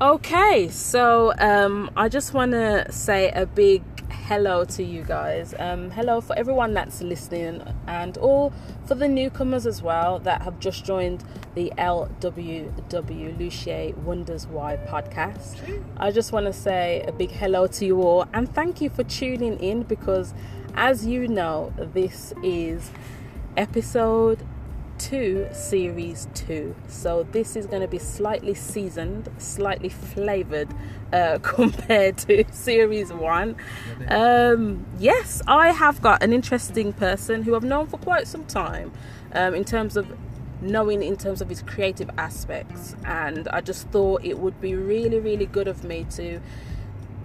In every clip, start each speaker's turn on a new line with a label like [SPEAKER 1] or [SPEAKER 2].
[SPEAKER 1] Okay, so um, I just want to say a big hello to you guys. Um, hello for everyone that's listening, and all for the newcomers as well that have just joined the LWW Lucia Wonders Why podcast. I just want to say a big hello to you all, and thank you for tuning in because, as you know, this is episode 2 series 2 so this is going to be slightly seasoned slightly flavored uh, compared to series 1 um, yes i have got an interesting person who i've known for quite some time um, in terms of knowing in terms of his creative aspects and i just thought it would be really really good of me to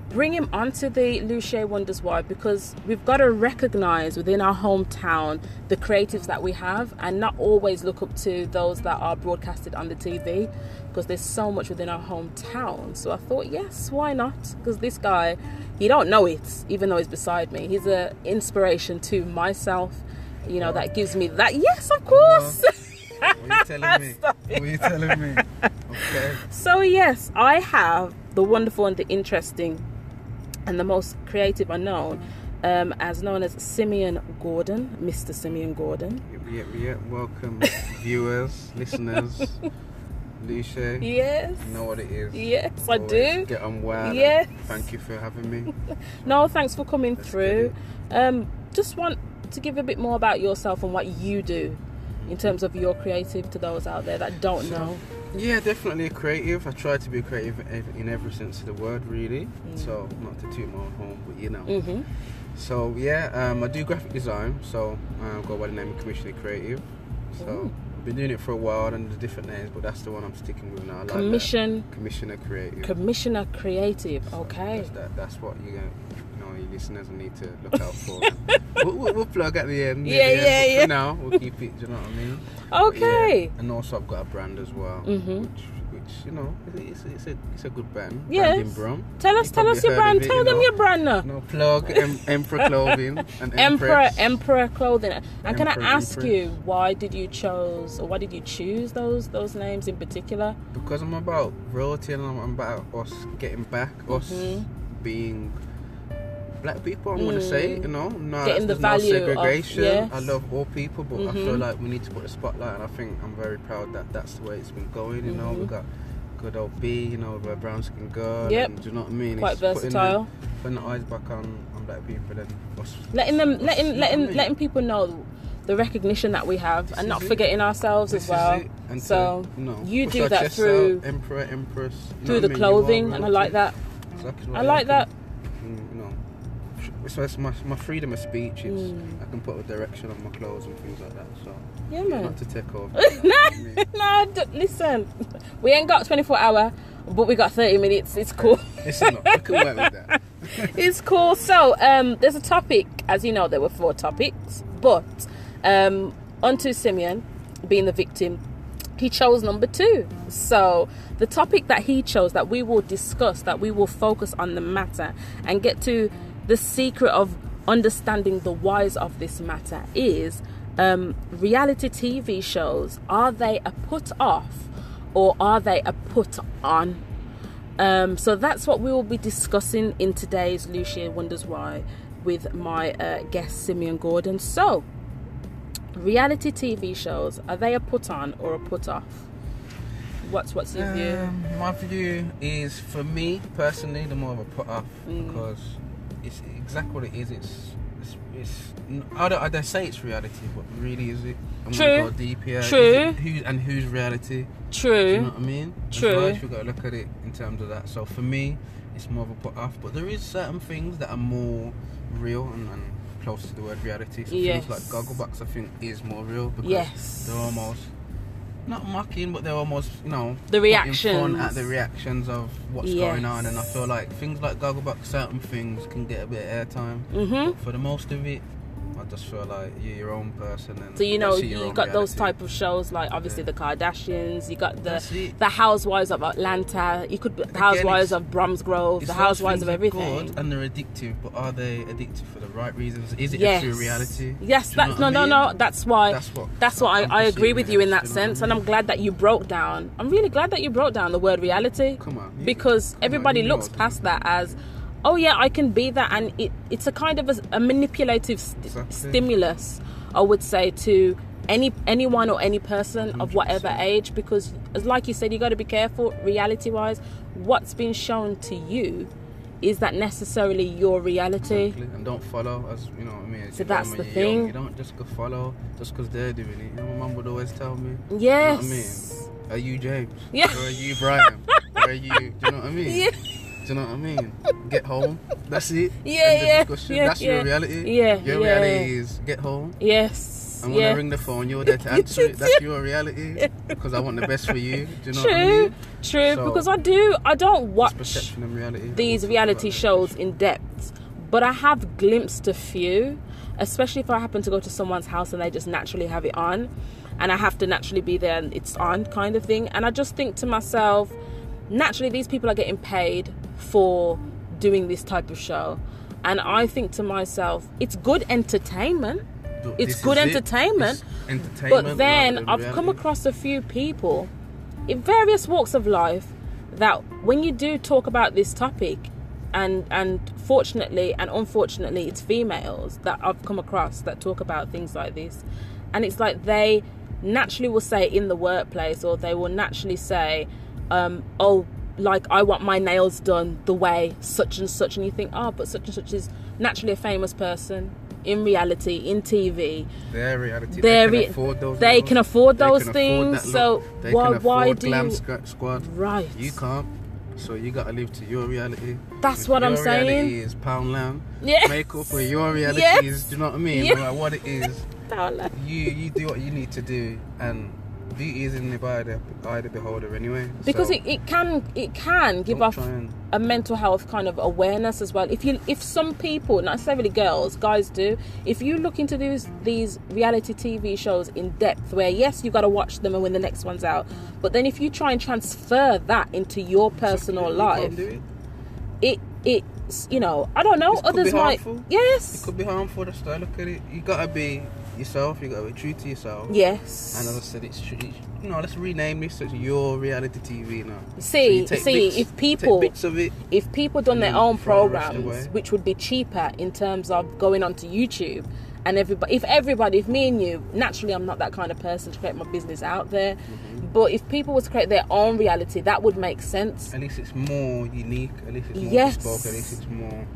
[SPEAKER 1] bring him onto the Lucia Wonders Why because we've got to recognize within our hometown the creatives that we have and not always look up to those that are broadcasted on the TV because there's so much within our hometown. So I thought, yes, why not? Because this guy, he don't know it, even though he's beside me. He's an inspiration to myself. You know that gives me that. Yes, of course.
[SPEAKER 2] What are you telling me?
[SPEAKER 1] Stop
[SPEAKER 2] What are you telling me? Okay.
[SPEAKER 1] So, yes, I have the wonderful and the interesting and the most creative unknown, um, as known as Simeon Gordon, Mr. Simeon Gordon.
[SPEAKER 2] Yep, yep, yep. Welcome, viewers, listeners. Lucia, you
[SPEAKER 1] Yes.
[SPEAKER 2] know what it is.
[SPEAKER 1] Yes, I
[SPEAKER 2] Always
[SPEAKER 1] do.
[SPEAKER 2] Get on well.
[SPEAKER 1] Yes.
[SPEAKER 2] Thank you for having me.
[SPEAKER 1] No, thanks for coming
[SPEAKER 2] Let's
[SPEAKER 1] through. Um, just want to give a bit more about yourself and what you do in terms of your creative to those out there that don't
[SPEAKER 2] So-
[SPEAKER 1] know.
[SPEAKER 2] Yeah, definitely a creative. I try to be creative in ev- in every sense of the word, really.
[SPEAKER 1] Mm.
[SPEAKER 2] So, not to toot my own home, but you know.
[SPEAKER 1] hmm
[SPEAKER 2] So, yeah, um, I do graphic design. So, I um, go by the name of Commissioner Creative. So,
[SPEAKER 1] Ooh.
[SPEAKER 2] I've been doing it for a while under different names, but that's the one I'm sticking with now. I like that.
[SPEAKER 1] Commission,
[SPEAKER 2] Commissioner Creative.
[SPEAKER 1] commissioner, creative. Okay.
[SPEAKER 2] That's, that, that's what you, know, you know, your listeners need to look out for. we'll, we'll, we'll plug at the end. at
[SPEAKER 1] Yeah,
[SPEAKER 2] the end,
[SPEAKER 1] yeah,
[SPEAKER 2] but
[SPEAKER 1] yeah.
[SPEAKER 2] For now, we'll keep it. Do you know what I mean? But yeah,
[SPEAKER 1] Okay.
[SPEAKER 2] and also, I've got a brand as well,
[SPEAKER 1] Mhm.
[SPEAKER 2] which, which you know, it's, it's a it's a good brand.
[SPEAKER 1] Yes.
[SPEAKER 2] Brand in Brum.
[SPEAKER 1] Tell us,
[SPEAKER 2] You
[SPEAKER 1] tell
[SPEAKER 2] probably
[SPEAKER 1] us your
[SPEAKER 2] heard of
[SPEAKER 1] brand.
[SPEAKER 2] it,
[SPEAKER 1] tell
[SPEAKER 2] you
[SPEAKER 1] them
[SPEAKER 2] know.
[SPEAKER 1] your brand now.
[SPEAKER 2] No plug. Em- Emperor Clothing and
[SPEAKER 1] Emperor,
[SPEAKER 2] Empress.
[SPEAKER 1] Emperor clothing. And can I
[SPEAKER 2] Emperor,
[SPEAKER 1] ask
[SPEAKER 2] Empress.
[SPEAKER 1] you why did you chose or why did you choose those those names in particular?
[SPEAKER 2] because I'm about royalty and I'm about us getting back, us
[SPEAKER 1] Mhm.
[SPEAKER 2] being black people. I'm gonna say,
[SPEAKER 1] Mm.
[SPEAKER 2] you know, no,
[SPEAKER 1] Getting the
[SPEAKER 2] there's
[SPEAKER 1] value
[SPEAKER 2] no
[SPEAKER 1] of-
[SPEAKER 2] segregation.
[SPEAKER 1] yes.
[SPEAKER 2] I love all people, but I
[SPEAKER 1] Mhm.
[SPEAKER 2] feel like we need to put the spotlight, and I think I'm very proud that that's the way it's been going. You know, we
[SPEAKER 1] Mhm.
[SPEAKER 2] got good old B, you know, with a brown skin girl.
[SPEAKER 1] Yep.
[SPEAKER 2] and do you know what I mean?
[SPEAKER 1] Quite
[SPEAKER 2] It's putting the-
[SPEAKER 1] versatile.
[SPEAKER 2] Putting the, eyes back on, on black people and us.
[SPEAKER 1] letting them
[SPEAKER 2] us- you
[SPEAKER 1] letting
[SPEAKER 2] know what I
[SPEAKER 1] letting
[SPEAKER 2] mean?
[SPEAKER 1] letting people know the recognition that we have
[SPEAKER 2] This
[SPEAKER 1] and
[SPEAKER 2] is
[SPEAKER 1] not
[SPEAKER 2] it.
[SPEAKER 1] forgetting ourselves as
[SPEAKER 2] This is
[SPEAKER 1] well.
[SPEAKER 2] it, and to,
[SPEAKER 1] so
[SPEAKER 2] you, know,
[SPEAKER 1] you
[SPEAKER 2] push
[SPEAKER 1] do
[SPEAKER 2] our
[SPEAKER 1] that
[SPEAKER 2] chests
[SPEAKER 1] through-
[SPEAKER 2] out, emperor, empress, you know
[SPEAKER 1] through
[SPEAKER 2] what
[SPEAKER 1] the
[SPEAKER 2] I mean? You are
[SPEAKER 1] clothing and I
[SPEAKER 2] royalty.
[SPEAKER 1] like that.
[SPEAKER 2] So can
[SPEAKER 1] I
[SPEAKER 2] write-
[SPEAKER 1] like that.
[SPEAKER 2] can, Mm, you know, f- so it's my, my freedom of speech. It's,
[SPEAKER 1] Mm.
[SPEAKER 2] I can put a direction on my clothes and things like that. So
[SPEAKER 1] Yeah
[SPEAKER 2] not
[SPEAKER 1] man.
[SPEAKER 2] to take over.
[SPEAKER 1] no, d- listen. We ain't got 24 hour, but we got 30 minutes. It's cool.
[SPEAKER 2] Listen, up, I can work with that.
[SPEAKER 1] it's cool. So, um, there's a topic, as you know, there were four topics, but um, onto Simeon being the victim, he chose number two. So, the topic that he chose that we will discuss, that we will focus on the matter and get to the secret of understanding the whys of this matter is um, reality TV shows are they a put off or are they a put on? Um, so that's what we will be discussing in today's Lucia Wonders Why with my uh, guest Simeon Gordon. So Reality TV shows are they a put on or a put off? What's what's your view?
[SPEAKER 2] Um, my view is for me personally, the more of a put off
[SPEAKER 1] Mm.
[SPEAKER 2] because it's exactly what it is. It's it's, it's n- I don't I don't say it's reality, but really is it? I'm
[SPEAKER 1] True.
[SPEAKER 2] Gonna go deep here. Is
[SPEAKER 1] True.
[SPEAKER 2] it who and whose reality? Do you know
[SPEAKER 1] True.
[SPEAKER 2] what I mean?
[SPEAKER 1] True.
[SPEAKER 2] As well, if you gotta look at it in terms of that. So for me, it's more of a put off. But there is certain things that are more real and, and close to the word reality. So
[SPEAKER 1] Yes.
[SPEAKER 2] things like Gogglebox, I think, is more real because
[SPEAKER 1] Yes.
[SPEAKER 2] they're almost not mocking, but they're almost you know
[SPEAKER 1] The
[SPEAKER 2] putting fun
[SPEAKER 1] reactions.
[SPEAKER 2] at the reactions of what's
[SPEAKER 1] Yes.
[SPEAKER 2] going on. And I feel like things like Gogglebox, certain things can get a bit of airtime.
[SPEAKER 1] Mhm.
[SPEAKER 2] But for the most of it, I just feel like you're your own person. And
[SPEAKER 1] So you know
[SPEAKER 2] see your
[SPEAKER 1] you
[SPEAKER 2] own
[SPEAKER 1] got those
[SPEAKER 2] reality.
[SPEAKER 1] type uh, of shows like obviously the Kardashians. You got the
[SPEAKER 2] That's it.
[SPEAKER 1] the Housewives of Atlanta. You could the
[SPEAKER 2] Again,
[SPEAKER 1] Housewives
[SPEAKER 2] it's-
[SPEAKER 1] of Bromsgrove.
[SPEAKER 2] It's
[SPEAKER 1] The
[SPEAKER 2] those
[SPEAKER 1] Housewives
[SPEAKER 2] things
[SPEAKER 1] of
[SPEAKER 2] are
[SPEAKER 1] everything.
[SPEAKER 2] Good and they're addictive, but are they addictive for the right reasons? Is it a true reality?
[SPEAKER 1] Yes, that's
[SPEAKER 2] Do you know
[SPEAKER 1] no,
[SPEAKER 2] what I
[SPEAKER 1] no,
[SPEAKER 2] mean?
[SPEAKER 1] no. That's why.
[SPEAKER 2] That's what-
[SPEAKER 1] That's what
[SPEAKER 2] I'm
[SPEAKER 1] I, I agree
[SPEAKER 2] perceiving
[SPEAKER 1] with
[SPEAKER 2] it
[SPEAKER 1] you in
[SPEAKER 2] as,
[SPEAKER 1] that
[SPEAKER 2] you know
[SPEAKER 1] sense,
[SPEAKER 2] what I
[SPEAKER 1] and I'm
[SPEAKER 2] mean?
[SPEAKER 1] glad that you broke down. I'm really glad that you broke down the word reality.
[SPEAKER 2] Come on, you-
[SPEAKER 1] Because
[SPEAKER 2] come on,
[SPEAKER 1] everybody
[SPEAKER 2] you know
[SPEAKER 1] looks
[SPEAKER 2] what I
[SPEAKER 1] past that as, oh yeah, I can be that, and it, it's a kind of a, a manipulative st-
[SPEAKER 2] Exactly.
[SPEAKER 1] stimulus, I would say to any anyone or any person of whatever
[SPEAKER 2] 100%.
[SPEAKER 1] age. Because, as like you said, you got to be careful reality-wise. What's been shown to you. Is that necessarily your reality?
[SPEAKER 2] Exactly, And don't follow, as you know what I mean.
[SPEAKER 1] So
[SPEAKER 2] When
[SPEAKER 1] that's
[SPEAKER 2] you're
[SPEAKER 1] the
[SPEAKER 2] young,
[SPEAKER 1] thing.
[SPEAKER 2] you don't just go follow just because they're doing it. You know, my mum would always tell me.
[SPEAKER 1] Yes.
[SPEAKER 2] You know what I mean? Are you James?
[SPEAKER 1] Yeah.
[SPEAKER 2] Or are you Brian? or are you? Do you know what I mean?
[SPEAKER 1] Yeah.
[SPEAKER 2] Do you know what I mean? Get home. That's it.
[SPEAKER 1] Yeah,
[SPEAKER 2] End of
[SPEAKER 1] yeah,
[SPEAKER 2] discussion.
[SPEAKER 1] yeah,
[SPEAKER 2] That's
[SPEAKER 1] yeah.
[SPEAKER 2] your reality.
[SPEAKER 1] Yeah,
[SPEAKER 2] Your
[SPEAKER 1] yeah.
[SPEAKER 2] reality is get home.
[SPEAKER 1] Yes.
[SPEAKER 2] I'm
[SPEAKER 1] yeah.
[SPEAKER 2] gonna ring the phone. You're there to answer it. That's your reality because I want the best for you. Do you know what I
[SPEAKER 1] True,
[SPEAKER 2] mean?
[SPEAKER 1] true.
[SPEAKER 2] So-
[SPEAKER 1] because I do, I don't
[SPEAKER 2] It's
[SPEAKER 1] watch
[SPEAKER 2] perception and reality.
[SPEAKER 1] Uh, these
[SPEAKER 2] We'll talk
[SPEAKER 1] reality
[SPEAKER 2] about that.
[SPEAKER 1] shows in depth, but I have glimpsed a few, especially if I happen to go to someone's house and they just naturally have it on, and I have to naturally be there and it's on kind of thing. And I just think to myself, naturally, these people are getting paid for doing this type of show. And I think to myself, it's good entertainment.
[SPEAKER 2] Look,
[SPEAKER 1] It's
[SPEAKER 2] this
[SPEAKER 1] good
[SPEAKER 2] is it.
[SPEAKER 1] entertainment.
[SPEAKER 2] It's entertainment.
[SPEAKER 1] But then
[SPEAKER 2] rather than
[SPEAKER 1] I've come
[SPEAKER 2] reality.
[SPEAKER 1] across a few people in various walks of life that when you do talk about this topic, and and fortunately and unfortunately, it's females that I've come across that talk about things like this, and it's like they naturally will say in the workplace or they will naturally say, um, oh. Like I want my nails done the way such and such, and you think, oh, but such and such is naturally a famous person in reality, in TV,
[SPEAKER 2] Their reality.
[SPEAKER 1] Their
[SPEAKER 2] they
[SPEAKER 1] re-
[SPEAKER 2] can afford those.
[SPEAKER 1] they
[SPEAKER 2] levels.
[SPEAKER 1] can afford
[SPEAKER 2] They
[SPEAKER 1] those
[SPEAKER 2] can afford
[SPEAKER 1] things,
[SPEAKER 2] that
[SPEAKER 1] so
[SPEAKER 2] look. they
[SPEAKER 1] why-
[SPEAKER 2] can afford
[SPEAKER 1] why do
[SPEAKER 2] glam
[SPEAKER 1] you-
[SPEAKER 2] squ- squad?
[SPEAKER 1] Right.
[SPEAKER 2] You can't. So you gotta live to your reality.
[SPEAKER 1] That's
[SPEAKER 2] If
[SPEAKER 1] what I'm
[SPEAKER 2] your Reality
[SPEAKER 1] saying.
[SPEAKER 2] is pound lamb.
[SPEAKER 1] Yes.
[SPEAKER 2] Makeup or your reality
[SPEAKER 1] Yes.
[SPEAKER 2] is. Do you know what I mean?
[SPEAKER 1] Yes.
[SPEAKER 2] No matter what it is.
[SPEAKER 1] Paola.
[SPEAKER 2] you you do what you need to do and beauty is in the eye of the, eye of the beholder anyway
[SPEAKER 1] because
[SPEAKER 2] so
[SPEAKER 1] it, it can it can give
[SPEAKER 2] don't
[SPEAKER 1] off
[SPEAKER 2] try and-
[SPEAKER 1] a mental health kind of awareness as well if you if some people not necessarily girls guys do if you look into these these reality tv shows in depth where yes you got to watch them and when the next one's out but then if you try and transfer that into your personal
[SPEAKER 2] you
[SPEAKER 1] life
[SPEAKER 2] can't do it.
[SPEAKER 1] it it's you know i don't know
[SPEAKER 2] This could be
[SPEAKER 1] others might
[SPEAKER 2] harmful. It
[SPEAKER 1] yes
[SPEAKER 2] could be harmful that's how I look at it you gotta be yourself you gotta be true to yourself
[SPEAKER 1] yes
[SPEAKER 2] and as I said, it's, tr- it's you know. Let's rename this to your reality TV now.
[SPEAKER 1] See,
[SPEAKER 2] you take
[SPEAKER 1] see,
[SPEAKER 2] bits-
[SPEAKER 1] if
[SPEAKER 2] you
[SPEAKER 1] people-
[SPEAKER 2] take bits of it,
[SPEAKER 1] if people done their
[SPEAKER 2] Mm,
[SPEAKER 1] own
[SPEAKER 2] for the rest of the
[SPEAKER 1] programs,
[SPEAKER 2] way.
[SPEAKER 1] which would be cheaper in terms of going onto YouTube, and everybody, if everybody, if me and you, naturally, I'm not that kind of person to create my business out there.
[SPEAKER 2] Mm-hmm.
[SPEAKER 1] But if people was to create their own reality, that would make sense.
[SPEAKER 2] at least it's more unique. At least it's more
[SPEAKER 1] Yes.
[SPEAKER 2] bespoke. At least it's more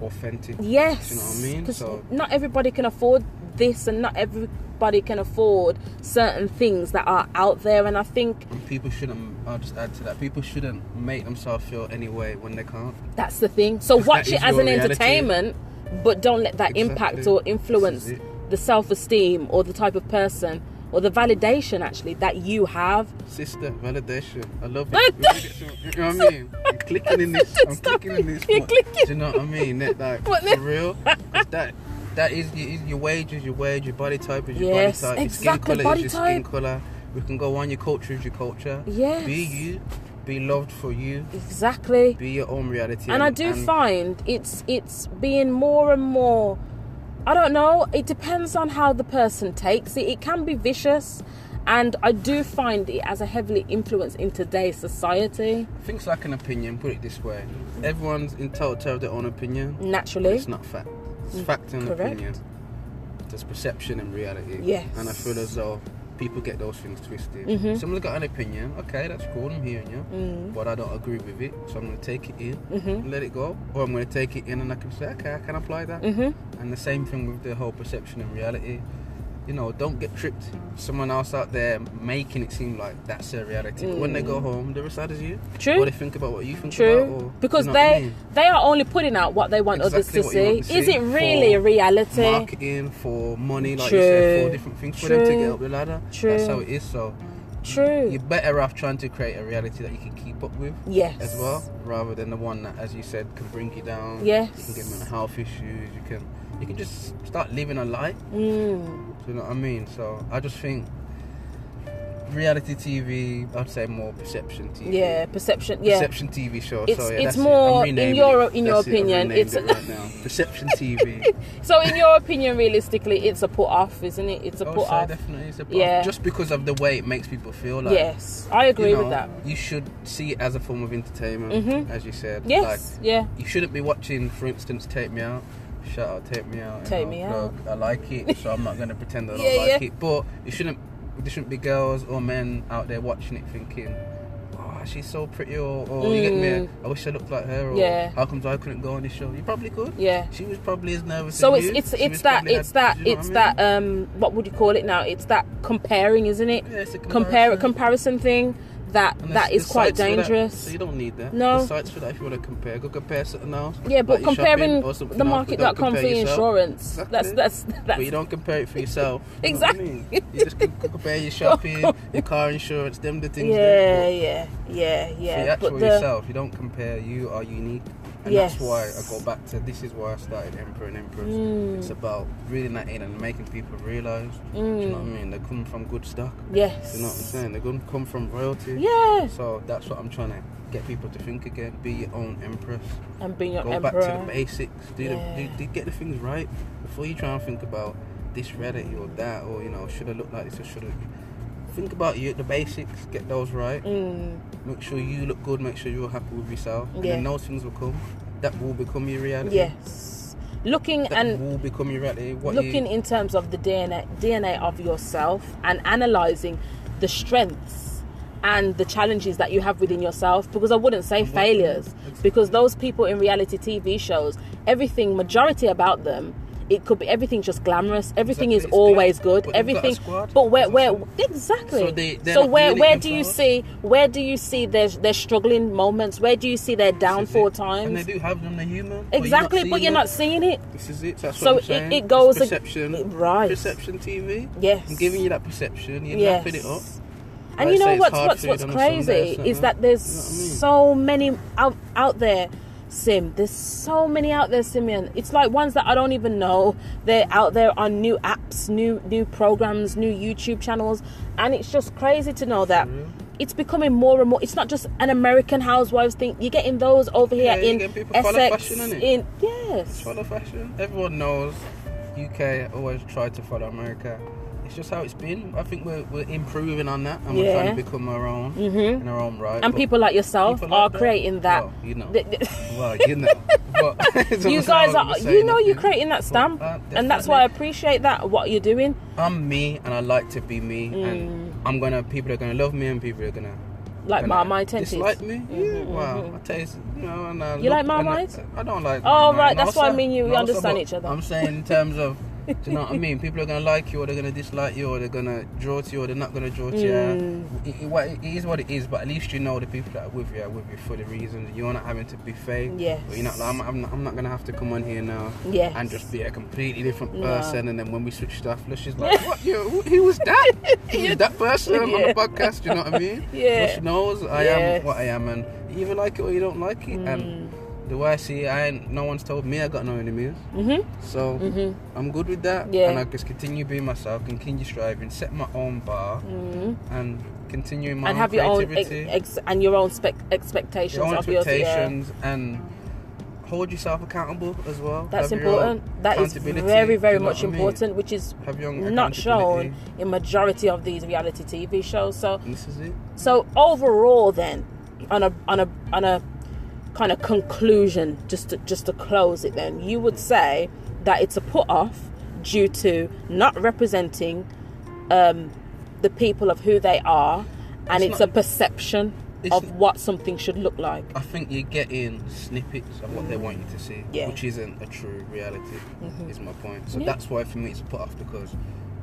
[SPEAKER 2] authentic.
[SPEAKER 1] Yes,
[SPEAKER 2] Do you know what I mean?
[SPEAKER 1] 'cause
[SPEAKER 2] So-
[SPEAKER 1] not everybody can afford this, and not everybody can afford certain things that are out there. And I think
[SPEAKER 2] And people shouldn't. I'll just add to that. People shouldn't make themselves feel any way when they can't.
[SPEAKER 1] That's the thing. So
[SPEAKER 2] If
[SPEAKER 1] watch
[SPEAKER 2] that
[SPEAKER 1] it
[SPEAKER 2] is
[SPEAKER 1] as
[SPEAKER 2] your
[SPEAKER 1] an
[SPEAKER 2] reality-
[SPEAKER 1] entertainment, but don't let that impact
[SPEAKER 2] Exactly.
[SPEAKER 1] or influence
[SPEAKER 2] This is
[SPEAKER 1] the self esteem or the type of person or the validation actually that you have.
[SPEAKER 2] Sister, validation. I love
[SPEAKER 1] Validation.
[SPEAKER 2] it. We need it to- you know what I mean? I'm clicking in this. I'm
[SPEAKER 1] Stop
[SPEAKER 2] clicking in this.
[SPEAKER 1] it. You're
[SPEAKER 2] one.
[SPEAKER 1] clicking.
[SPEAKER 2] Do you know what I mean? That, like,
[SPEAKER 1] What the-
[SPEAKER 2] for real? 'Cause That, that is, your- is your wage is your wage, your body type is your
[SPEAKER 1] Yes,
[SPEAKER 2] body type,
[SPEAKER 1] exactly,
[SPEAKER 2] your skin colour
[SPEAKER 1] body
[SPEAKER 2] is your skin
[SPEAKER 1] type.
[SPEAKER 2] colour. We can go on, your culture is your culture.
[SPEAKER 1] Yes.
[SPEAKER 2] Be you, be loved for you,
[SPEAKER 1] Exactly.
[SPEAKER 2] be your own reality.
[SPEAKER 1] and I do find it's it's being more and more I don't know, it depends on how the person takes it. It can be vicious and I do find it as a heavily influence in today's society,
[SPEAKER 2] Things like an opinion, put it this way.
[SPEAKER 1] Mm.
[SPEAKER 2] Everyone's entitled to have their own opinion.
[SPEAKER 1] naturally.
[SPEAKER 2] It's not fact. It's fact and
[SPEAKER 1] Mm, Correct.
[SPEAKER 2] opinion. There's perception and reality.
[SPEAKER 1] Yes.
[SPEAKER 2] And I feel as though people get those things twisted.
[SPEAKER 1] Mhm.
[SPEAKER 2] Someone's got an opinion. Okay, that's cool. I'm hearing you.
[SPEAKER 1] Mm.
[SPEAKER 2] But I don't agree with it. So I'm going to take it in
[SPEAKER 1] Mhm.
[SPEAKER 2] and let it go. Or I'm going to take it in and I can say, okay, I can apply that.
[SPEAKER 1] Mhm.
[SPEAKER 2] And the same thing with the whole perception and reality. You know, don't get tricked. Someone else out there making it seem like that's their reality. But when they go home, they're as sad as you.
[SPEAKER 1] Mm.
[SPEAKER 2] Or
[SPEAKER 1] True.
[SPEAKER 2] they think about what you think
[SPEAKER 1] True.
[SPEAKER 2] about. Or,
[SPEAKER 1] because
[SPEAKER 2] you know what I
[SPEAKER 1] they
[SPEAKER 2] mean?
[SPEAKER 1] they are only putting out what they want
[SPEAKER 2] Exactly
[SPEAKER 1] others
[SPEAKER 2] what
[SPEAKER 1] to
[SPEAKER 2] you
[SPEAKER 1] see.
[SPEAKER 2] want to
[SPEAKER 1] Is
[SPEAKER 2] see
[SPEAKER 1] it really
[SPEAKER 2] for
[SPEAKER 1] a reality?
[SPEAKER 2] marketing for money, like you said,
[SPEAKER 1] True.
[SPEAKER 2] for different things for them to
[SPEAKER 1] True.
[SPEAKER 2] get up the ladder. That's
[SPEAKER 1] True.
[SPEAKER 2] how it is. So
[SPEAKER 1] True.
[SPEAKER 2] you're better off trying to create a reality that you can keep up with
[SPEAKER 1] yes.
[SPEAKER 2] as well, rather than the one that, as you said, can bring you down. You can
[SPEAKER 1] Yes.
[SPEAKER 2] get mental health issues. You can you can just start living a life.
[SPEAKER 1] Mm.
[SPEAKER 2] Do you know what I mean? So I just think reality TV. I'd say more perception TV.
[SPEAKER 1] Yeah. Perception. Yeah.
[SPEAKER 2] Perception TV show.
[SPEAKER 1] It's-
[SPEAKER 2] so yeah,
[SPEAKER 1] it's
[SPEAKER 2] that's it.
[SPEAKER 1] more-
[SPEAKER 2] I'm
[SPEAKER 1] in
[SPEAKER 2] renaming
[SPEAKER 1] your-
[SPEAKER 2] it.
[SPEAKER 1] in your
[SPEAKER 2] That's it, I've
[SPEAKER 1] opinion,
[SPEAKER 2] renamed
[SPEAKER 1] it's-
[SPEAKER 2] it right now. Perception TV.
[SPEAKER 1] So, in your opinion, realistically, it's a put off, isn't it? It's a
[SPEAKER 2] I would
[SPEAKER 1] put
[SPEAKER 2] say
[SPEAKER 1] off.
[SPEAKER 2] Oh, definitely it's a put
[SPEAKER 1] Yeah.
[SPEAKER 2] off. Just because of the way it makes people feel. Like,
[SPEAKER 1] yes, I agree
[SPEAKER 2] you know,
[SPEAKER 1] with that.
[SPEAKER 2] You should see it as a form of entertainment,
[SPEAKER 1] Mhm.
[SPEAKER 2] as you said.
[SPEAKER 1] Yes. yeah.
[SPEAKER 2] Like, you shouldn't be watching, for instance, Take Me Out. Shout out, Take Me Out. you
[SPEAKER 1] Take
[SPEAKER 2] know,
[SPEAKER 1] Me
[SPEAKER 2] plug. I like it, so I'm not going to pretend I don't
[SPEAKER 1] Yeah,
[SPEAKER 2] like
[SPEAKER 1] yeah.
[SPEAKER 2] it. But you shouldn't. There shouldn't be girls or men out there watching it thinking. Oh, she's so pretty, or, or you get
[SPEAKER 1] Mm.
[SPEAKER 2] me. I wish I looked like her, or
[SPEAKER 1] Yeah.
[SPEAKER 2] how comes I couldn't go on this show? You probably could.
[SPEAKER 1] Yeah.
[SPEAKER 2] She was probably as nervous.
[SPEAKER 1] So
[SPEAKER 2] as
[SPEAKER 1] it's
[SPEAKER 2] you.
[SPEAKER 1] it's
[SPEAKER 2] She was
[SPEAKER 1] it's that
[SPEAKER 2] probably
[SPEAKER 1] it's
[SPEAKER 2] had-
[SPEAKER 1] that
[SPEAKER 2] do you know what
[SPEAKER 1] it's
[SPEAKER 2] I mean?
[SPEAKER 1] that um what would you call it now? It's that comparing, isn't it?
[SPEAKER 2] Yeah, it's a
[SPEAKER 1] Compare
[SPEAKER 2] comparison.
[SPEAKER 1] comparison thing that
[SPEAKER 2] And
[SPEAKER 1] that
[SPEAKER 2] there's-
[SPEAKER 1] is
[SPEAKER 2] there's
[SPEAKER 1] quite
[SPEAKER 2] sites for that,
[SPEAKER 1] dangerous.
[SPEAKER 2] so you don't need that.
[SPEAKER 1] No.
[SPEAKER 2] There's sites for that if you want to compare. Go compare something else.
[SPEAKER 1] Yeah, but
[SPEAKER 2] like your shopping
[SPEAKER 1] comparing the
[SPEAKER 2] or something else, but don't
[SPEAKER 1] market.com for
[SPEAKER 2] compare
[SPEAKER 1] your
[SPEAKER 2] yourself.
[SPEAKER 1] insurance. That's
[SPEAKER 2] Exactly.
[SPEAKER 1] that's
[SPEAKER 2] But you
[SPEAKER 1] that's
[SPEAKER 2] don't compare it for yourself. You know what I
[SPEAKER 1] Exactly.
[SPEAKER 2] mean? You just can compare your shopping, your car insurance, them the things.
[SPEAKER 1] yeah, yeah, yeah,
[SPEAKER 2] That, for
[SPEAKER 1] yeah.
[SPEAKER 2] your actual
[SPEAKER 1] But the,
[SPEAKER 2] yourself, you don't compare. You are unique, and
[SPEAKER 1] Yes.
[SPEAKER 2] that's why I go back to this is why I started Emperor and Empress.
[SPEAKER 1] Mm.
[SPEAKER 2] It's about reeling that in and making people realise. Do you know what I
[SPEAKER 1] mm,
[SPEAKER 2] mean? They come from good stock.
[SPEAKER 1] yes.
[SPEAKER 2] Do you know what I'm saying? They're going to come from royalty.
[SPEAKER 1] Yeah,
[SPEAKER 2] So that's what I'm trying to get people to think again. Be your own empress.
[SPEAKER 1] and being your
[SPEAKER 2] Go
[SPEAKER 1] emperor.
[SPEAKER 2] back to the basics. Do,
[SPEAKER 1] Yeah.
[SPEAKER 2] the, do, do get the things right before you try and think about this reality or that or you know should I look like this or should I? Think about you the basics. Get those right.
[SPEAKER 1] Mm,
[SPEAKER 2] Make sure you look good. Make sure you're happy with yourself. And then
[SPEAKER 1] Yeah.
[SPEAKER 2] those things will come. That will become your reality.
[SPEAKER 1] yes. Looking
[SPEAKER 2] That
[SPEAKER 1] and
[SPEAKER 2] will become your reality. What
[SPEAKER 1] looking
[SPEAKER 2] you,
[SPEAKER 1] in terms of the DNA DNA of yourself and analyzing the strengths and the challenges that you have within yourself because I wouldn't say
[SPEAKER 2] what-
[SPEAKER 1] failures because those people in reality TV shows everything majority about them it could be everything just glamorous everything
[SPEAKER 2] Exactly,
[SPEAKER 1] is
[SPEAKER 2] it's clear,
[SPEAKER 1] always good
[SPEAKER 2] but they've got a
[SPEAKER 1] everything
[SPEAKER 2] squad,
[SPEAKER 1] but where
[SPEAKER 2] that's
[SPEAKER 1] where
[SPEAKER 2] all.
[SPEAKER 1] exactly
[SPEAKER 2] So they- they're
[SPEAKER 1] so
[SPEAKER 2] not
[SPEAKER 1] where
[SPEAKER 2] really
[SPEAKER 1] where
[SPEAKER 2] looking
[SPEAKER 1] do you
[SPEAKER 2] forward.
[SPEAKER 1] see where do you see their their struggling moments where do you see their downfall
[SPEAKER 2] And they
[SPEAKER 1] times
[SPEAKER 2] do have them. They're human. but you're not
[SPEAKER 1] exactly but
[SPEAKER 2] seeing
[SPEAKER 1] you're
[SPEAKER 2] it.
[SPEAKER 1] not seeing it
[SPEAKER 2] This is it. That's
[SPEAKER 1] So
[SPEAKER 2] what I'm
[SPEAKER 1] it-
[SPEAKER 2] saying.
[SPEAKER 1] it
[SPEAKER 2] It's
[SPEAKER 1] goes ag-
[SPEAKER 2] perception,
[SPEAKER 1] right.
[SPEAKER 2] Perception TV.
[SPEAKER 1] yes
[SPEAKER 2] I'm giving you that perception. You're
[SPEAKER 1] Yes.
[SPEAKER 2] lapping it up.
[SPEAKER 1] And
[SPEAKER 2] Like
[SPEAKER 1] you
[SPEAKER 2] I say,
[SPEAKER 1] know
[SPEAKER 2] it's
[SPEAKER 1] what's
[SPEAKER 2] hard
[SPEAKER 1] what's
[SPEAKER 2] food
[SPEAKER 1] what's
[SPEAKER 2] on a Sunday,
[SPEAKER 1] crazy
[SPEAKER 2] so-
[SPEAKER 1] is that there's
[SPEAKER 2] You know what I mean?
[SPEAKER 1] so many out out there, Sim. There's so many out there, Simeon. It's like ones that I don't even know. They're out there on new apps, new new programs, new YouTube channels, and it's just crazy to know that.
[SPEAKER 2] For real.
[SPEAKER 1] It's becoming more and more. It's not just an American Housewives thing. You're getting those over here
[SPEAKER 2] Yeah, you're
[SPEAKER 1] in
[SPEAKER 2] getting people follow
[SPEAKER 1] Essex.
[SPEAKER 2] fashion, innit?
[SPEAKER 1] in yes,
[SPEAKER 2] Follow fashion. Everyone knows. UK always tried to follow America. It's just how it's been. I think we're, we're improving on that, and we're trying
[SPEAKER 1] Yeah.
[SPEAKER 2] to become our own
[SPEAKER 1] Mhm.
[SPEAKER 2] in our own right.
[SPEAKER 1] and
[SPEAKER 2] but
[SPEAKER 1] people like yourself
[SPEAKER 2] people
[SPEAKER 1] are
[SPEAKER 2] like Oh.
[SPEAKER 1] creating that.
[SPEAKER 2] Well, you know.
[SPEAKER 1] Th- th-
[SPEAKER 2] well, you know. But it's
[SPEAKER 1] you
[SPEAKER 2] almost like
[SPEAKER 1] guys
[SPEAKER 2] I'm
[SPEAKER 1] are
[SPEAKER 2] just
[SPEAKER 1] you
[SPEAKER 2] saying
[SPEAKER 1] know you're
[SPEAKER 2] nothing.
[SPEAKER 1] creating that stamp
[SPEAKER 2] But, uh,
[SPEAKER 1] and that's why i appreciate that what you're doing
[SPEAKER 2] I'm me, and I like to be me,
[SPEAKER 1] Mm.
[SPEAKER 2] and I'm gonna. People are gonna love me, and people are gonna
[SPEAKER 1] like
[SPEAKER 2] gonna
[SPEAKER 1] my my intentions
[SPEAKER 2] Dislike me? Yeah,
[SPEAKER 1] Mhm,
[SPEAKER 2] wow.
[SPEAKER 1] mhm.
[SPEAKER 2] I taste, you know, and I
[SPEAKER 1] You like
[SPEAKER 2] look- and I-
[SPEAKER 1] Marmite?
[SPEAKER 2] I, don't like.
[SPEAKER 1] Oh,
[SPEAKER 2] Marmite.
[SPEAKER 1] right, that's why
[SPEAKER 2] Also-
[SPEAKER 1] me and you, we
[SPEAKER 2] also,
[SPEAKER 1] understand
[SPEAKER 2] but
[SPEAKER 1] each other.
[SPEAKER 2] I'm saying in terms of, do you know what I mean? People are gonna like you, or they're gonna dislike you, or they're gonna draw to you, or they're not gonna draw to
[SPEAKER 1] Mm.
[SPEAKER 2] you. It, it, what- it is what it is, but at least you know the people that are with you are with you for the reason. You're not having to be fake.
[SPEAKER 1] Yes.
[SPEAKER 2] Or You're not. Like, I'm, I'm not. I'm not gonna have to come on here now.
[SPEAKER 1] Yes.
[SPEAKER 2] And just be a completely different
[SPEAKER 1] No.
[SPEAKER 2] person, and then when we switch stuff, let's just like, what? You? Who, who was that? Who was that person on
[SPEAKER 1] Yeah.
[SPEAKER 2] the podcast? Do you know what I mean?
[SPEAKER 1] Yeah.
[SPEAKER 2] Just knows I
[SPEAKER 1] Yes. Mm.
[SPEAKER 2] am what I am, and you either like it or you don't like it. And the way I see it, I ain't, no one's told me I got no enemies,
[SPEAKER 1] mm-hmm
[SPEAKER 2] so
[SPEAKER 1] Mhm.
[SPEAKER 2] I'm good with that.
[SPEAKER 1] Yeah.
[SPEAKER 2] And I just continue being myself, continue striving, set my own bar,
[SPEAKER 1] mm
[SPEAKER 2] and continue in my
[SPEAKER 1] and
[SPEAKER 2] own
[SPEAKER 1] have your own ex-
[SPEAKER 2] creativity,
[SPEAKER 1] ex- and your own spec expectations
[SPEAKER 2] your own
[SPEAKER 1] of yours yeah.
[SPEAKER 2] expectations, and hold yourself accountable as well.
[SPEAKER 1] that's
[SPEAKER 2] Have your own
[SPEAKER 1] important that is
[SPEAKER 2] accountability,
[SPEAKER 1] very very
[SPEAKER 2] you know
[SPEAKER 1] much
[SPEAKER 2] what I mean?
[SPEAKER 1] important which is
[SPEAKER 2] Have your own
[SPEAKER 1] not shown
[SPEAKER 2] accountability,
[SPEAKER 1] in majority of these reality tv shows so
[SPEAKER 2] and this is it.
[SPEAKER 1] So overall, then, on a on a on a kind of conclusion, just to, just to close it, then you would say that it's a put off due to not representing um, the people of who they are, and
[SPEAKER 2] It's
[SPEAKER 1] it's,
[SPEAKER 2] not-
[SPEAKER 1] a perception
[SPEAKER 2] it's
[SPEAKER 1] of
[SPEAKER 2] not-
[SPEAKER 1] what something should look like.
[SPEAKER 2] I think you're getting snippets of what they want you to see,
[SPEAKER 1] Yeah. Mm-hmm.
[SPEAKER 2] which isn't a true reality. Is my point. So
[SPEAKER 1] Yeah.
[SPEAKER 2] that's why for me it's put off because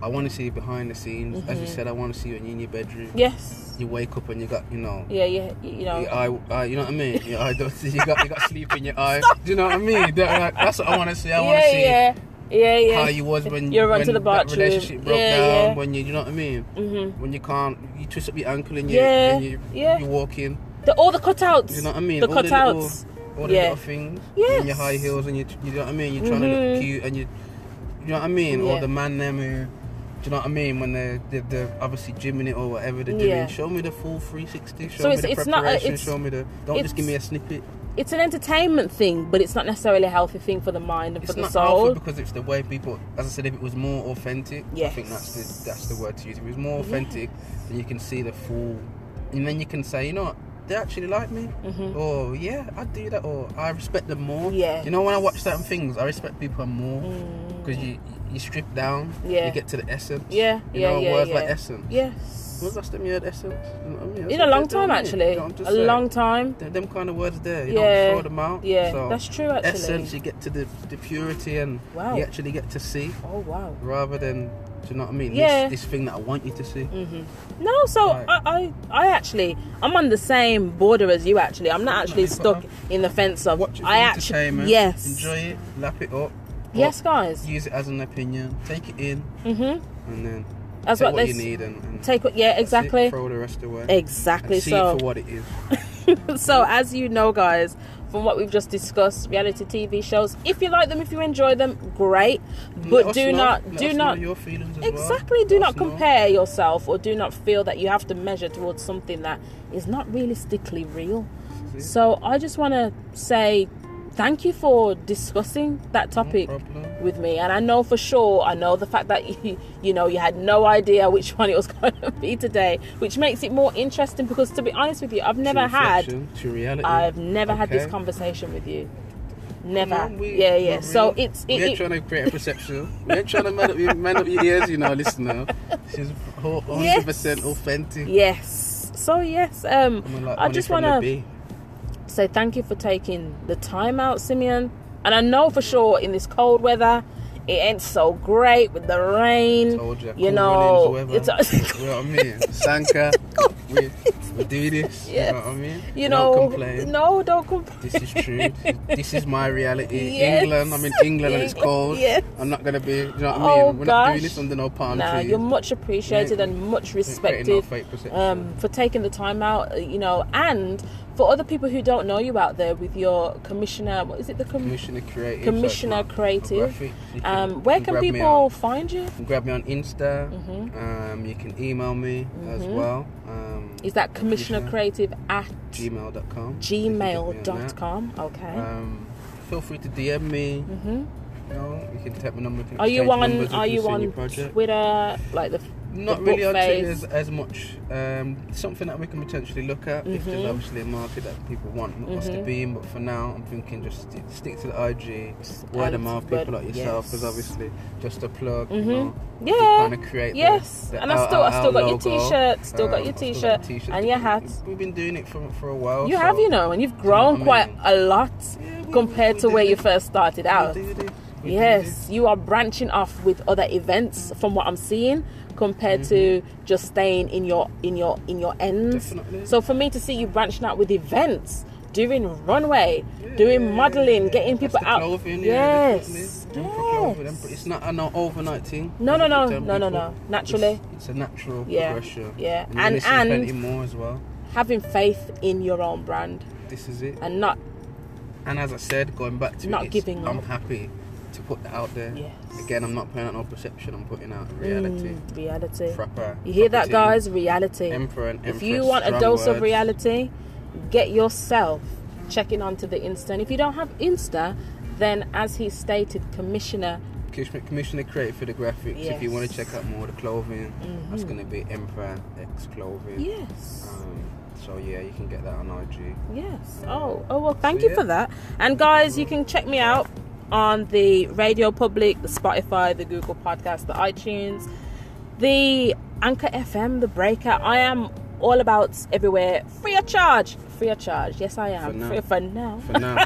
[SPEAKER 2] I want to see behind the scenes. As you
[SPEAKER 1] Mm-hmm.
[SPEAKER 2] said, I want to see you in your bedroom.
[SPEAKER 1] Yes.
[SPEAKER 2] You wake up and you got you know.
[SPEAKER 1] Yeah. Yeah. You know.
[SPEAKER 2] Your eye, eye, you know what I mean? Your eye don't see. You got, you got sleep in your eye. Do you know what I mean? That- like, that's what I want to see. I want to
[SPEAKER 1] yeah,
[SPEAKER 2] see
[SPEAKER 1] yeah. Yeah. Yeah.
[SPEAKER 2] how you was when
[SPEAKER 1] You're
[SPEAKER 2] when
[SPEAKER 1] onto the
[SPEAKER 2] that
[SPEAKER 1] bathroom.
[SPEAKER 2] relationship broke
[SPEAKER 1] Yeah,
[SPEAKER 2] down.
[SPEAKER 1] yeah.
[SPEAKER 2] When you, you know what I mean? Mm-hmm. When you can't, you twist up your ankle and you,
[SPEAKER 1] Yeah,
[SPEAKER 2] and you,
[SPEAKER 1] yeah.
[SPEAKER 2] you walk in.
[SPEAKER 1] The, all the cutouts.
[SPEAKER 2] You know what I mean?
[SPEAKER 1] The
[SPEAKER 2] all
[SPEAKER 1] cutouts.
[SPEAKER 2] The little, all the
[SPEAKER 1] Yeah.
[SPEAKER 2] little things. And your
[SPEAKER 1] Yes.
[SPEAKER 2] high heels and you, you know what I mean? You're trying to
[SPEAKER 1] Mhm.
[SPEAKER 2] look cute and you, you know what I mean? Or
[SPEAKER 1] Yeah.
[SPEAKER 2] the man them who, do you know what I mean? When they're, they're, they're obviously gymming it or whatever they're doing.
[SPEAKER 1] Yeah.
[SPEAKER 2] Show me the full 360. Show
[SPEAKER 1] So
[SPEAKER 2] me
[SPEAKER 1] it's-
[SPEAKER 2] the
[SPEAKER 1] it's not a-
[SPEAKER 2] preparation.
[SPEAKER 1] it's-
[SPEAKER 2] show me the. Don't just give me a
[SPEAKER 1] it's-
[SPEAKER 2] snippet.
[SPEAKER 1] It's an entertainment thing, but it's not necessarily a healthy thing for the mind and
[SPEAKER 2] It's
[SPEAKER 1] for the
[SPEAKER 2] not
[SPEAKER 1] soul.
[SPEAKER 2] alpha because it's the way people. As I said, if it was more authentic, I think that's
[SPEAKER 1] Yes.
[SPEAKER 2] the that's the word to use. If it was more authentic, then you can see the full, and then you can say, you know, what, they actually like me, or yeah, I do that, or I respect them more.
[SPEAKER 1] Mm-hmm. Yes. Mm.
[SPEAKER 2] You know, when I watch certain things, I respect people more because you you strip down.
[SPEAKER 1] Yeah.
[SPEAKER 2] You get to the essence.
[SPEAKER 1] Yeah,
[SPEAKER 2] You
[SPEAKER 1] yeah,
[SPEAKER 2] know,
[SPEAKER 1] yeah,
[SPEAKER 2] words
[SPEAKER 1] yeah.
[SPEAKER 2] like essence.
[SPEAKER 1] yes.
[SPEAKER 2] When was last time you heard essence? You know what I mean? That's
[SPEAKER 1] In a
[SPEAKER 2] what
[SPEAKER 1] long
[SPEAKER 2] they do,
[SPEAKER 1] time,
[SPEAKER 2] innit?
[SPEAKER 1] actually.
[SPEAKER 2] You know, I'm just
[SPEAKER 1] a
[SPEAKER 2] saying,
[SPEAKER 1] long time.
[SPEAKER 2] Them, them kind of words there. You
[SPEAKER 1] Yeah.
[SPEAKER 2] don't throw them out.
[SPEAKER 1] Yeah,
[SPEAKER 2] So
[SPEAKER 1] that's true, actually.
[SPEAKER 2] essence, you get to the, the purity and
[SPEAKER 1] Wow.
[SPEAKER 2] you actually get to see
[SPEAKER 1] Oh wow.
[SPEAKER 2] rather than, do you know what I mean?
[SPEAKER 1] Yeah. Mm.
[SPEAKER 2] This, this thing that I want you to see.
[SPEAKER 1] No, so
[SPEAKER 2] Right.
[SPEAKER 1] I, I, I actually, I'm on the same border as you. Actually, I'm not actually
[SPEAKER 2] Nice,
[SPEAKER 1] stuck
[SPEAKER 2] but
[SPEAKER 1] in the fence of.
[SPEAKER 2] Watch it for
[SPEAKER 1] I actually,
[SPEAKER 2] entertainment.
[SPEAKER 1] yes,
[SPEAKER 2] Enjoy it, lap it up.
[SPEAKER 1] yes,
[SPEAKER 2] but
[SPEAKER 1] guys.
[SPEAKER 2] Use it as an opinion. Take it in
[SPEAKER 1] Mm-hmm.
[SPEAKER 2] and then
[SPEAKER 1] That's
[SPEAKER 2] take
[SPEAKER 1] what
[SPEAKER 2] what,
[SPEAKER 1] they
[SPEAKER 2] you
[SPEAKER 1] s-
[SPEAKER 2] need and, and
[SPEAKER 1] Take what? Yeah,
[SPEAKER 2] that's it,
[SPEAKER 1] exactly,
[SPEAKER 2] throw the rest away.
[SPEAKER 1] exactly.
[SPEAKER 2] And see
[SPEAKER 1] So,
[SPEAKER 2] it for what it is.
[SPEAKER 1] so as you know, guys, from what we've just discussed, reality TV shows. If you like them, if you enjoy them, great. But
[SPEAKER 2] Let us
[SPEAKER 1] do
[SPEAKER 2] know-
[SPEAKER 1] not,
[SPEAKER 2] let
[SPEAKER 1] do
[SPEAKER 2] us know
[SPEAKER 1] not,
[SPEAKER 2] your feelings as well.
[SPEAKER 1] exactly, do
[SPEAKER 2] Let
[SPEAKER 1] not
[SPEAKER 2] us know.
[SPEAKER 1] compare yourself, or do not feel that you have to measure towards something that is not realistically real.
[SPEAKER 2] See?
[SPEAKER 1] So I just want to say thank you for discussing that topic
[SPEAKER 2] problem.
[SPEAKER 1] with me. And I know for sure, I know the fact that you, you know you had no idea which one it was going to be today, which makes it more interesting because to be honest with you, I've never
[SPEAKER 2] to
[SPEAKER 1] had
[SPEAKER 2] reflection, to reality.
[SPEAKER 1] I've never had this
[SPEAKER 2] Okay.
[SPEAKER 1] conversation with you. Never.
[SPEAKER 2] No, we-
[SPEAKER 1] yeah, yeah.
[SPEAKER 2] not
[SPEAKER 1] So
[SPEAKER 2] really.
[SPEAKER 1] it's
[SPEAKER 2] we ain't
[SPEAKER 1] it, it,
[SPEAKER 2] trying to create a perception. we ain't trying to man up, your- man up your ears, you know. Listen now, she's hundred percent
[SPEAKER 1] Yes.
[SPEAKER 2] authentic.
[SPEAKER 1] yes. So yes, um
[SPEAKER 2] I'm like,
[SPEAKER 1] I
[SPEAKER 2] money
[SPEAKER 1] just
[SPEAKER 2] from
[SPEAKER 1] want
[SPEAKER 2] the
[SPEAKER 1] to
[SPEAKER 2] bee.
[SPEAKER 1] say thank you for taking the time out, Simeon. And I know for sure in this cold weather, it ain't so great with the rain.
[SPEAKER 2] Told you,
[SPEAKER 1] you
[SPEAKER 2] cool
[SPEAKER 1] know,
[SPEAKER 2] runnings,
[SPEAKER 1] it's
[SPEAKER 2] whoever. You know what I mean? Sanka, we, we do this.
[SPEAKER 1] Yes.
[SPEAKER 2] You know what I mean?
[SPEAKER 1] you
[SPEAKER 2] Don't
[SPEAKER 1] know,
[SPEAKER 2] complain.
[SPEAKER 1] no, don't complain.
[SPEAKER 2] This is true. This is my reality.
[SPEAKER 1] Yes.
[SPEAKER 2] England, I'm in England and it's
[SPEAKER 1] England,
[SPEAKER 2] cold.
[SPEAKER 1] yes.
[SPEAKER 2] I'm not gonna be. You know what I
[SPEAKER 1] Oh,
[SPEAKER 2] mean? We're not
[SPEAKER 1] gosh.
[SPEAKER 2] doing this under no palm
[SPEAKER 1] Nah,
[SPEAKER 2] trees.
[SPEAKER 1] you're much appreciated
[SPEAKER 2] Yeah,
[SPEAKER 1] and much
[SPEAKER 2] We're creating no
[SPEAKER 1] respected
[SPEAKER 2] fake perception.
[SPEAKER 1] um, for taking the time out, uh, you know, and for other people who don't know you out there with your commissioner, what is it, the com-
[SPEAKER 2] Commissioner Creative. so it's
[SPEAKER 1] Commissioner
[SPEAKER 2] not a
[SPEAKER 1] Creative.
[SPEAKER 2] graphic. You can-
[SPEAKER 1] um, where
[SPEAKER 2] you
[SPEAKER 1] can
[SPEAKER 2] grab me
[SPEAKER 1] people
[SPEAKER 2] on-
[SPEAKER 1] find you?
[SPEAKER 2] you can grab me on Insta.
[SPEAKER 1] Mm-hmm.
[SPEAKER 2] Um, you can email me as well. Um,
[SPEAKER 1] Is that commissioner creative at
[SPEAKER 2] gmail.com?
[SPEAKER 1] gmail.com? Okay.
[SPEAKER 2] Um, feel free to DM me.
[SPEAKER 1] mm-hmm.
[SPEAKER 2] You know, you can type my number. we can
[SPEAKER 1] Are you
[SPEAKER 2] exchange
[SPEAKER 1] on?
[SPEAKER 2] Uh, numbers if
[SPEAKER 1] Are
[SPEAKER 2] you've
[SPEAKER 1] you
[SPEAKER 2] seen your
[SPEAKER 1] on
[SPEAKER 2] project.
[SPEAKER 1] Twitter? Like the
[SPEAKER 2] Not
[SPEAKER 1] the
[SPEAKER 2] really
[SPEAKER 1] book
[SPEAKER 2] on
[SPEAKER 1] phase?
[SPEAKER 2] Twitter as, as much. Um, something that we can potentially look at if there's
[SPEAKER 1] Mhm.
[SPEAKER 2] obviously a market that people want what's the
[SPEAKER 1] Mhm.
[SPEAKER 2] beam. But for now, I'm thinking just st- stick to the IG, word
[SPEAKER 1] and
[SPEAKER 2] of mouth,
[SPEAKER 1] word-
[SPEAKER 2] people like yourself, because
[SPEAKER 1] yes.
[SPEAKER 2] obviously just a plug.
[SPEAKER 1] Mhm.
[SPEAKER 2] You know,
[SPEAKER 1] Yeah.
[SPEAKER 2] kind of create. the-
[SPEAKER 1] Yes,
[SPEAKER 2] the
[SPEAKER 1] and I
[SPEAKER 2] our-
[SPEAKER 1] still, I
[SPEAKER 2] our
[SPEAKER 1] still got your
[SPEAKER 2] logo.
[SPEAKER 1] T-shirt, still got
[SPEAKER 2] Um,
[SPEAKER 1] your
[SPEAKER 2] I've still
[SPEAKER 1] T-shirt,
[SPEAKER 2] t-shirt.
[SPEAKER 1] and your hat.
[SPEAKER 2] We've been doing it for for a while.
[SPEAKER 1] You
[SPEAKER 2] so-
[SPEAKER 1] have, you know, and you've
[SPEAKER 2] you know
[SPEAKER 1] grown
[SPEAKER 2] what I
[SPEAKER 1] quite
[SPEAKER 2] mean?
[SPEAKER 1] a lot
[SPEAKER 2] Yeah, we-
[SPEAKER 1] compared
[SPEAKER 2] we
[SPEAKER 1] to
[SPEAKER 2] do
[SPEAKER 1] where you
[SPEAKER 2] this.
[SPEAKER 1] first started
[SPEAKER 2] We
[SPEAKER 1] out.
[SPEAKER 2] do this. We Mm-hmm. do this.
[SPEAKER 1] Yes, you are branching off with other events from what I'm seeing compared to just staying in your in your in your ends.
[SPEAKER 2] Mm-hmm. Definitely.
[SPEAKER 1] So for me to see you branching out with events, doing runway, doing
[SPEAKER 2] Yeah.
[SPEAKER 1] modeling, getting
[SPEAKER 2] That's
[SPEAKER 1] people
[SPEAKER 2] the
[SPEAKER 1] out.
[SPEAKER 2] clothing, yeah,
[SPEAKER 1] yes.
[SPEAKER 2] definitely. Them for clothing, them
[SPEAKER 1] Yes.
[SPEAKER 2] for- It's not an overnight thing.
[SPEAKER 1] No, no, no,
[SPEAKER 2] Them
[SPEAKER 1] no, no,
[SPEAKER 2] people,
[SPEAKER 1] no. Naturally.
[SPEAKER 2] It's, it's a natural
[SPEAKER 1] eh? Yeah,
[SPEAKER 2] progression.
[SPEAKER 1] yeah.
[SPEAKER 2] you're
[SPEAKER 1] And-
[SPEAKER 2] gonna see
[SPEAKER 1] and-
[SPEAKER 2] plenty more as well.
[SPEAKER 1] Having faith in your own brand
[SPEAKER 2] This is it.
[SPEAKER 1] and not
[SPEAKER 2] And as I said, going back to
[SPEAKER 1] Not
[SPEAKER 2] it, it's-
[SPEAKER 1] giving
[SPEAKER 2] I'm
[SPEAKER 1] up.
[SPEAKER 2] happy to put that out there.
[SPEAKER 1] Yes.
[SPEAKER 2] Again, I'm not putting out no perception. I'm putting out reality.
[SPEAKER 1] Mm, reality.
[SPEAKER 2] Proper.
[SPEAKER 1] You hear that,
[SPEAKER 2] proper tea.
[SPEAKER 1] guys? Reality.
[SPEAKER 2] Emperor and
[SPEAKER 1] If
[SPEAKER 2] Empress,
[SPEAKER 1] you want a
[SPEAKER 2] strong
[SPEAKER 1] dose of
[SPEAKER 2] words.
[SPEAKER 1] reality, get yourself checking onto the Insta. And if you don't have Insta, then as he stated, Commissioner,
[SPEAKER 2] Commissioner, Commissioner Creative for the graphics. If you want to
[SPEAKER 1] Yes. Mm-hmm.
[SPEAKER 2] check out more of the clothing, that's going to be Emperor X Clothing.
[SPEAKER 1] yes.
[SPEAKER 2] Um, so yeah, you can get that on IG.
[SPEAKER 1] Yes. Oh, oh well, thank you
[SPEAKER 2] yeah.
[SPEAKER 1] for that. And guys, you can check me out on the Radio Public, the Spotify, the Google Podcast, the iTunes, the Anchor FM, the Breaker. I am all about everywhere, free of charge. Free of charge. Yes, I am.
[SPEAKER 2] For now.
[SPEAKER 1] Free for now.
[SPEAKER 2] For now.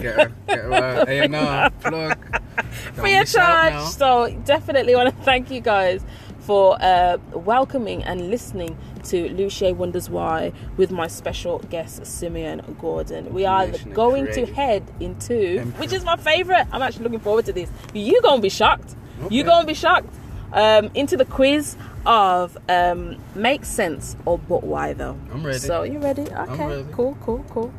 [SPEAKER 2] get her, get her out. Hey, no, plug. Don't
[SPEAKER 1] free of
[SPEAKER 2] miss out
[SPEAKER 1] charge.
[SPEAKER 2] now.
[SPEAKER 1] So definitely want to thank you guys for uh, welcoming and listening to Lucia Wonders Why with my special guest Simeon Gordon. We are
[SPEAKER 2] Creation and
[SPEAKER 1] going to
[SPEAKER 2] creative.
[SPEAKER 1] head into
[SPEAKER 2] Emperor.
[SPEAKER 1] which is my favorite. I'm actually looking forward to this. You gonna be shocked. You
[SPEAKER 2] Okay.
[SPEAKER 1] gonna be shocked. Um, into the quiz of um, make sense or but why though.
[SPEAKER 2] I'm ready.
[SPEAKER 1] So you ready? Okay.
[SPEAKER 2] ready.
[SPEAKER 1] Cool. Cool. Cool.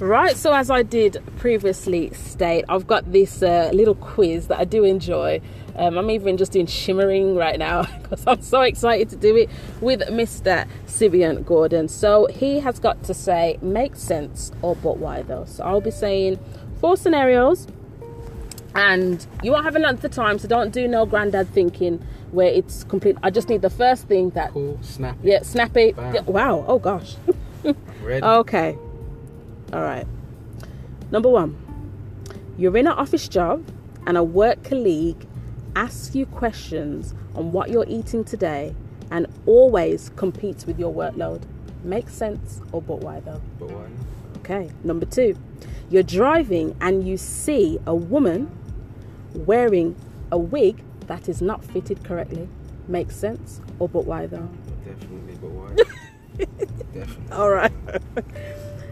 [SPEAKER 1] Right, so as I did previously state, I've got this uh, little quiz that I do enjoy. Um, I'm even just doing shimmering right now because I'm so excited to do it with Mr. Sibian Gordon. So he has got to say, make sense or but why though. So I'll be saying four scenarios and you won't have enough the time, so don't do no granddad thinking where it's complete. I just need the first thing that,
[SPEAKER 2] Cool, snap. it,
[SPEAKER 1] yeah, snap it.
[SPEAKER 2] Bam.
[SPEAKER 1] Yeah, wow, oh gosh.
[SPEAKER 2] Ready.
[SPEAKER 1] Okay. All right. Number one, you're in an office job and a work colleague asks you questions on what you're eating today and always competes with your workload. Makes sense or but why though?
[SPEAKER 2] But why?
[SPEAKER 1] Okay. Number two, you're driving and you see a woman wearing a wig that is not fitted correctly. Makes sense or but why though?
[SPEAKER 2] Definitely, but why? Definitely.
[SPEAKER 1] All right.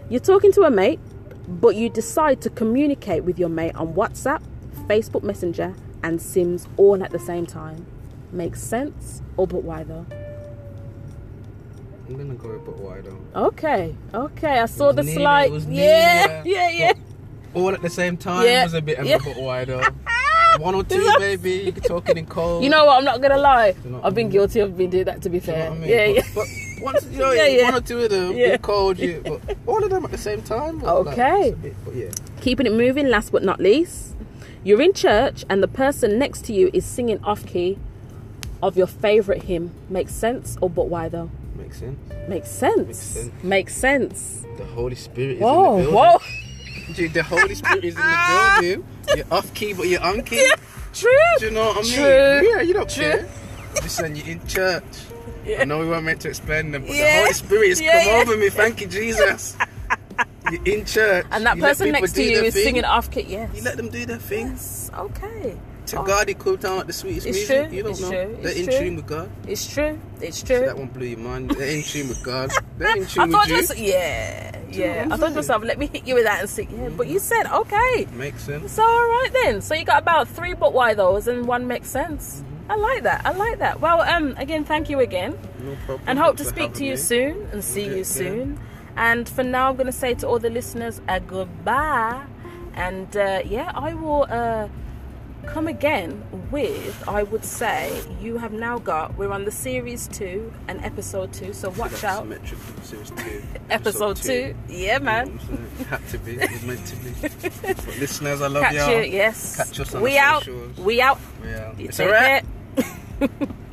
[SPEAKER 1] You're talking to a mate, but you decide to communicate with your mate on WhatsApp, Facebook Messenger, and Sims all at the same time. Makes sense, or but why though?
[SPEAKER 2] I'm gonna go with but why though.
[SPEAKER 1] Okay, okay. I saw
[SPEAKER 2] was
[SPEAKER 1] the
[SPEAKER 2] nearly-
[SPEAKER 1] slide.
[SPEAKER 2] it was nearly
[SPEAKER 1] Yeah,
[SPEAKER 2] there.
[SPEAKER 1] yeah, yeah.
[SPEAKER 2] All at the same time
[SPEAKER 1] Yeah,
[SPEAKER 2] was a bit of
[SPEAKER 1] yeah.
[SPEAKER 2] a but why though. One or two,
[SPEAKER 1] Yes.
[SPEAKER 2] maybe. You could talk it in cold.
[SPEAKER 1] You know what? I'm not gonna lie.
[SPEAKER 2] You know what
[SPEAKER 1] I've
[SPEAKER 2] I
[SPEAKER 1] been
[SPEAKER 2] mean?
[SPEAKER 1] guilty of being doing that. To be
[SPEAKER 2] Do you know
[SPEAKER 1] fair,
[SPEAKER 2] what I mean?
[SPEAKER 1] yeah, yeah.
[SPEAKER 2] But, but once you know,
[SPEAKER 1] Yeah, yeah.
[SPEAKER 2] one or two of them,
[SPEAKER 1] Yeah.
[SPEAKER 2] you cold you. But all of them at the same time. but, like,
[SPEAKER 1] Okay.
[SPEAKER 2] it's a bit- but yeah.
[SPEAKER 1] Keeping it moving, last but not least, you're in church and the person next to you is singing off key of your favorite hymn. Makes sense, or but why though?
[SPEAKER 2] Makes sense.
[SPEAKER 1] Makes sense.
[SPEAKER 2] Makes sense.
[SPEAKER 1] Makes sense.
[SPEAKER 2] The Holy Spirit is in the
[SPEAKER 1] Whoa,
[SPEAKER 2] building.
[SPEAKER 1] whoa.
[SPEAKER 2] Dude, the Holy Spirit is in the building. You're off key, but you're on key.
[SPEAKER 1] True.
[SPEAKER 2] Do you know what I mean?
[SPEAKER 1] True.
[SPEAKER 2] Yeah, you don't
[SPEAKER 1] True.
[SPEAKER 2] care. Listen, you're in church.
[SPEAKER 1] Yeah.
[SPEAKER 2] I know we weren't meant to explain them, but
[SPEAKER 1] Yeah.
[SPEAKER 2] the Holy Spirit has
[SPEAKER 1] Yeah,
[SPEAKER 2] come
[SPEAKER 1] yeah.
[SPEAKER 2] over me. Thank you, Jesus. you're in church.
[SPEAKER 1] And that
[SPEAKER 2] You let
[SPEAKER 1] person
[SPEAKER 2] people
[SPEAKER 1] next to
[SPEAKER 2] do
[SPEAKER 1] you
[SPEAKER 2] their
[SPEAKER 1] is
[SPEAKER 2] thing.
[SPEAKER 1] singing off kit. Yes.
[SPEAKER 2] You let them do their thing.
[SPEAKER 1] Yes. Okay.
[SPEAKER 2] To
[SPEAKER 1] Oh.
[SPEAKER 2] God, He comes down with the sweetest
[SPEAKER 1] It's
[SPEAKER 2] music.
[SPEAKER 1] true,
[SPEAKER 2] You don't
[SPEAKER 1] it's
[SPEAKER 2] know.
[SPEAKER 1] true,
[SPEAKER 2] They're
[SPEAKER 1] it's
[SPEAKER 2] in
[SPEAKER 1] true.
[SPEAKER 2] tune with God.
[SPEAKER 1] It's true. It's
[SPEAKER 2] So
[SPEAKER 1] true.
[SPEAKER 2] that one blew your mind. They're in tune with God. They're in
[SPEAKER 1] I
[SPEAKER 2] tune
[SPEAKER 1] thought
[SPEAKER 2] with
[SPEAKER 1] to
[SPEAKER 2] you.
[SPEAKER 1] myself, yeah,
[SPEAKER 2] know what
[SPEAKER 1] yeah.
[SPEAKER 2] I'm
[SPEAKER 1] I thought to
[SPEAKER 2] saying?
[SPEAKER 1] myself, let me hit you with that and sing. Yeah,
[SPEAKER 2] Mm-hmm.
[SPEAKER 1] but you said okay.
[SPEAKER 2] Makes sense.
[SPEAKER 1] So all right then. So you got about three but why those and one makes sense.
[SPEAKER 2] Mm-hmm.
[SPEAKER 1] I like that. I like that. Well, um, again, thank you again.
[SPEAKER 2] No problem.
[SPEAKER 1] and hope to
[SPEAKER 2] Thanks for
[SPEAKER 1] speak to
[SPEAKER 2] having
[SPEAKER 1] you
[SPEAKER 2] me.
[SPEAKER 1] soon and see
[SPEAKER 2] Okay,
[SPEAKER 1] you
[SPEAKER 2] yeah.
[SPEAKER 1] soon. And for now, I'm going to say to all the listeners a goodbye. And uh, yeah, I will uh, come again with, I would say, you have now got, we're on the series two and episode two, so watch
[SPEAKER 2] That's
[SPEAKER 1] out.
[SPEAKER 2] Symmetric, series two,
[SPEAKER 1] Episode two. Yeah,
[SPEAKER 2] You
[SPEAKER 1] man.
[SPEAKER 2] know what I'm saying? Had to be. It was meant to be. But listeners, I love
[SPEAKER 1] Catch
[SPEAKER 2] y'all.
[SPEAKER 1] you. Yes.
[SPEAKER 2] Catch us on
[SPEAKER 1] we
[SPEAKER 2] the
[SPEAKER 1] out.
[SPEAKER 2] socials.
[SPEAKER 1] We out.
[SPEAKER 2] Yeah.
[SPEAKER 1] You
[SPEAKER 2] It's
[SPEAKER 1] take
[SPEAKER 2] a wrap.
[SPEAKER 1] care.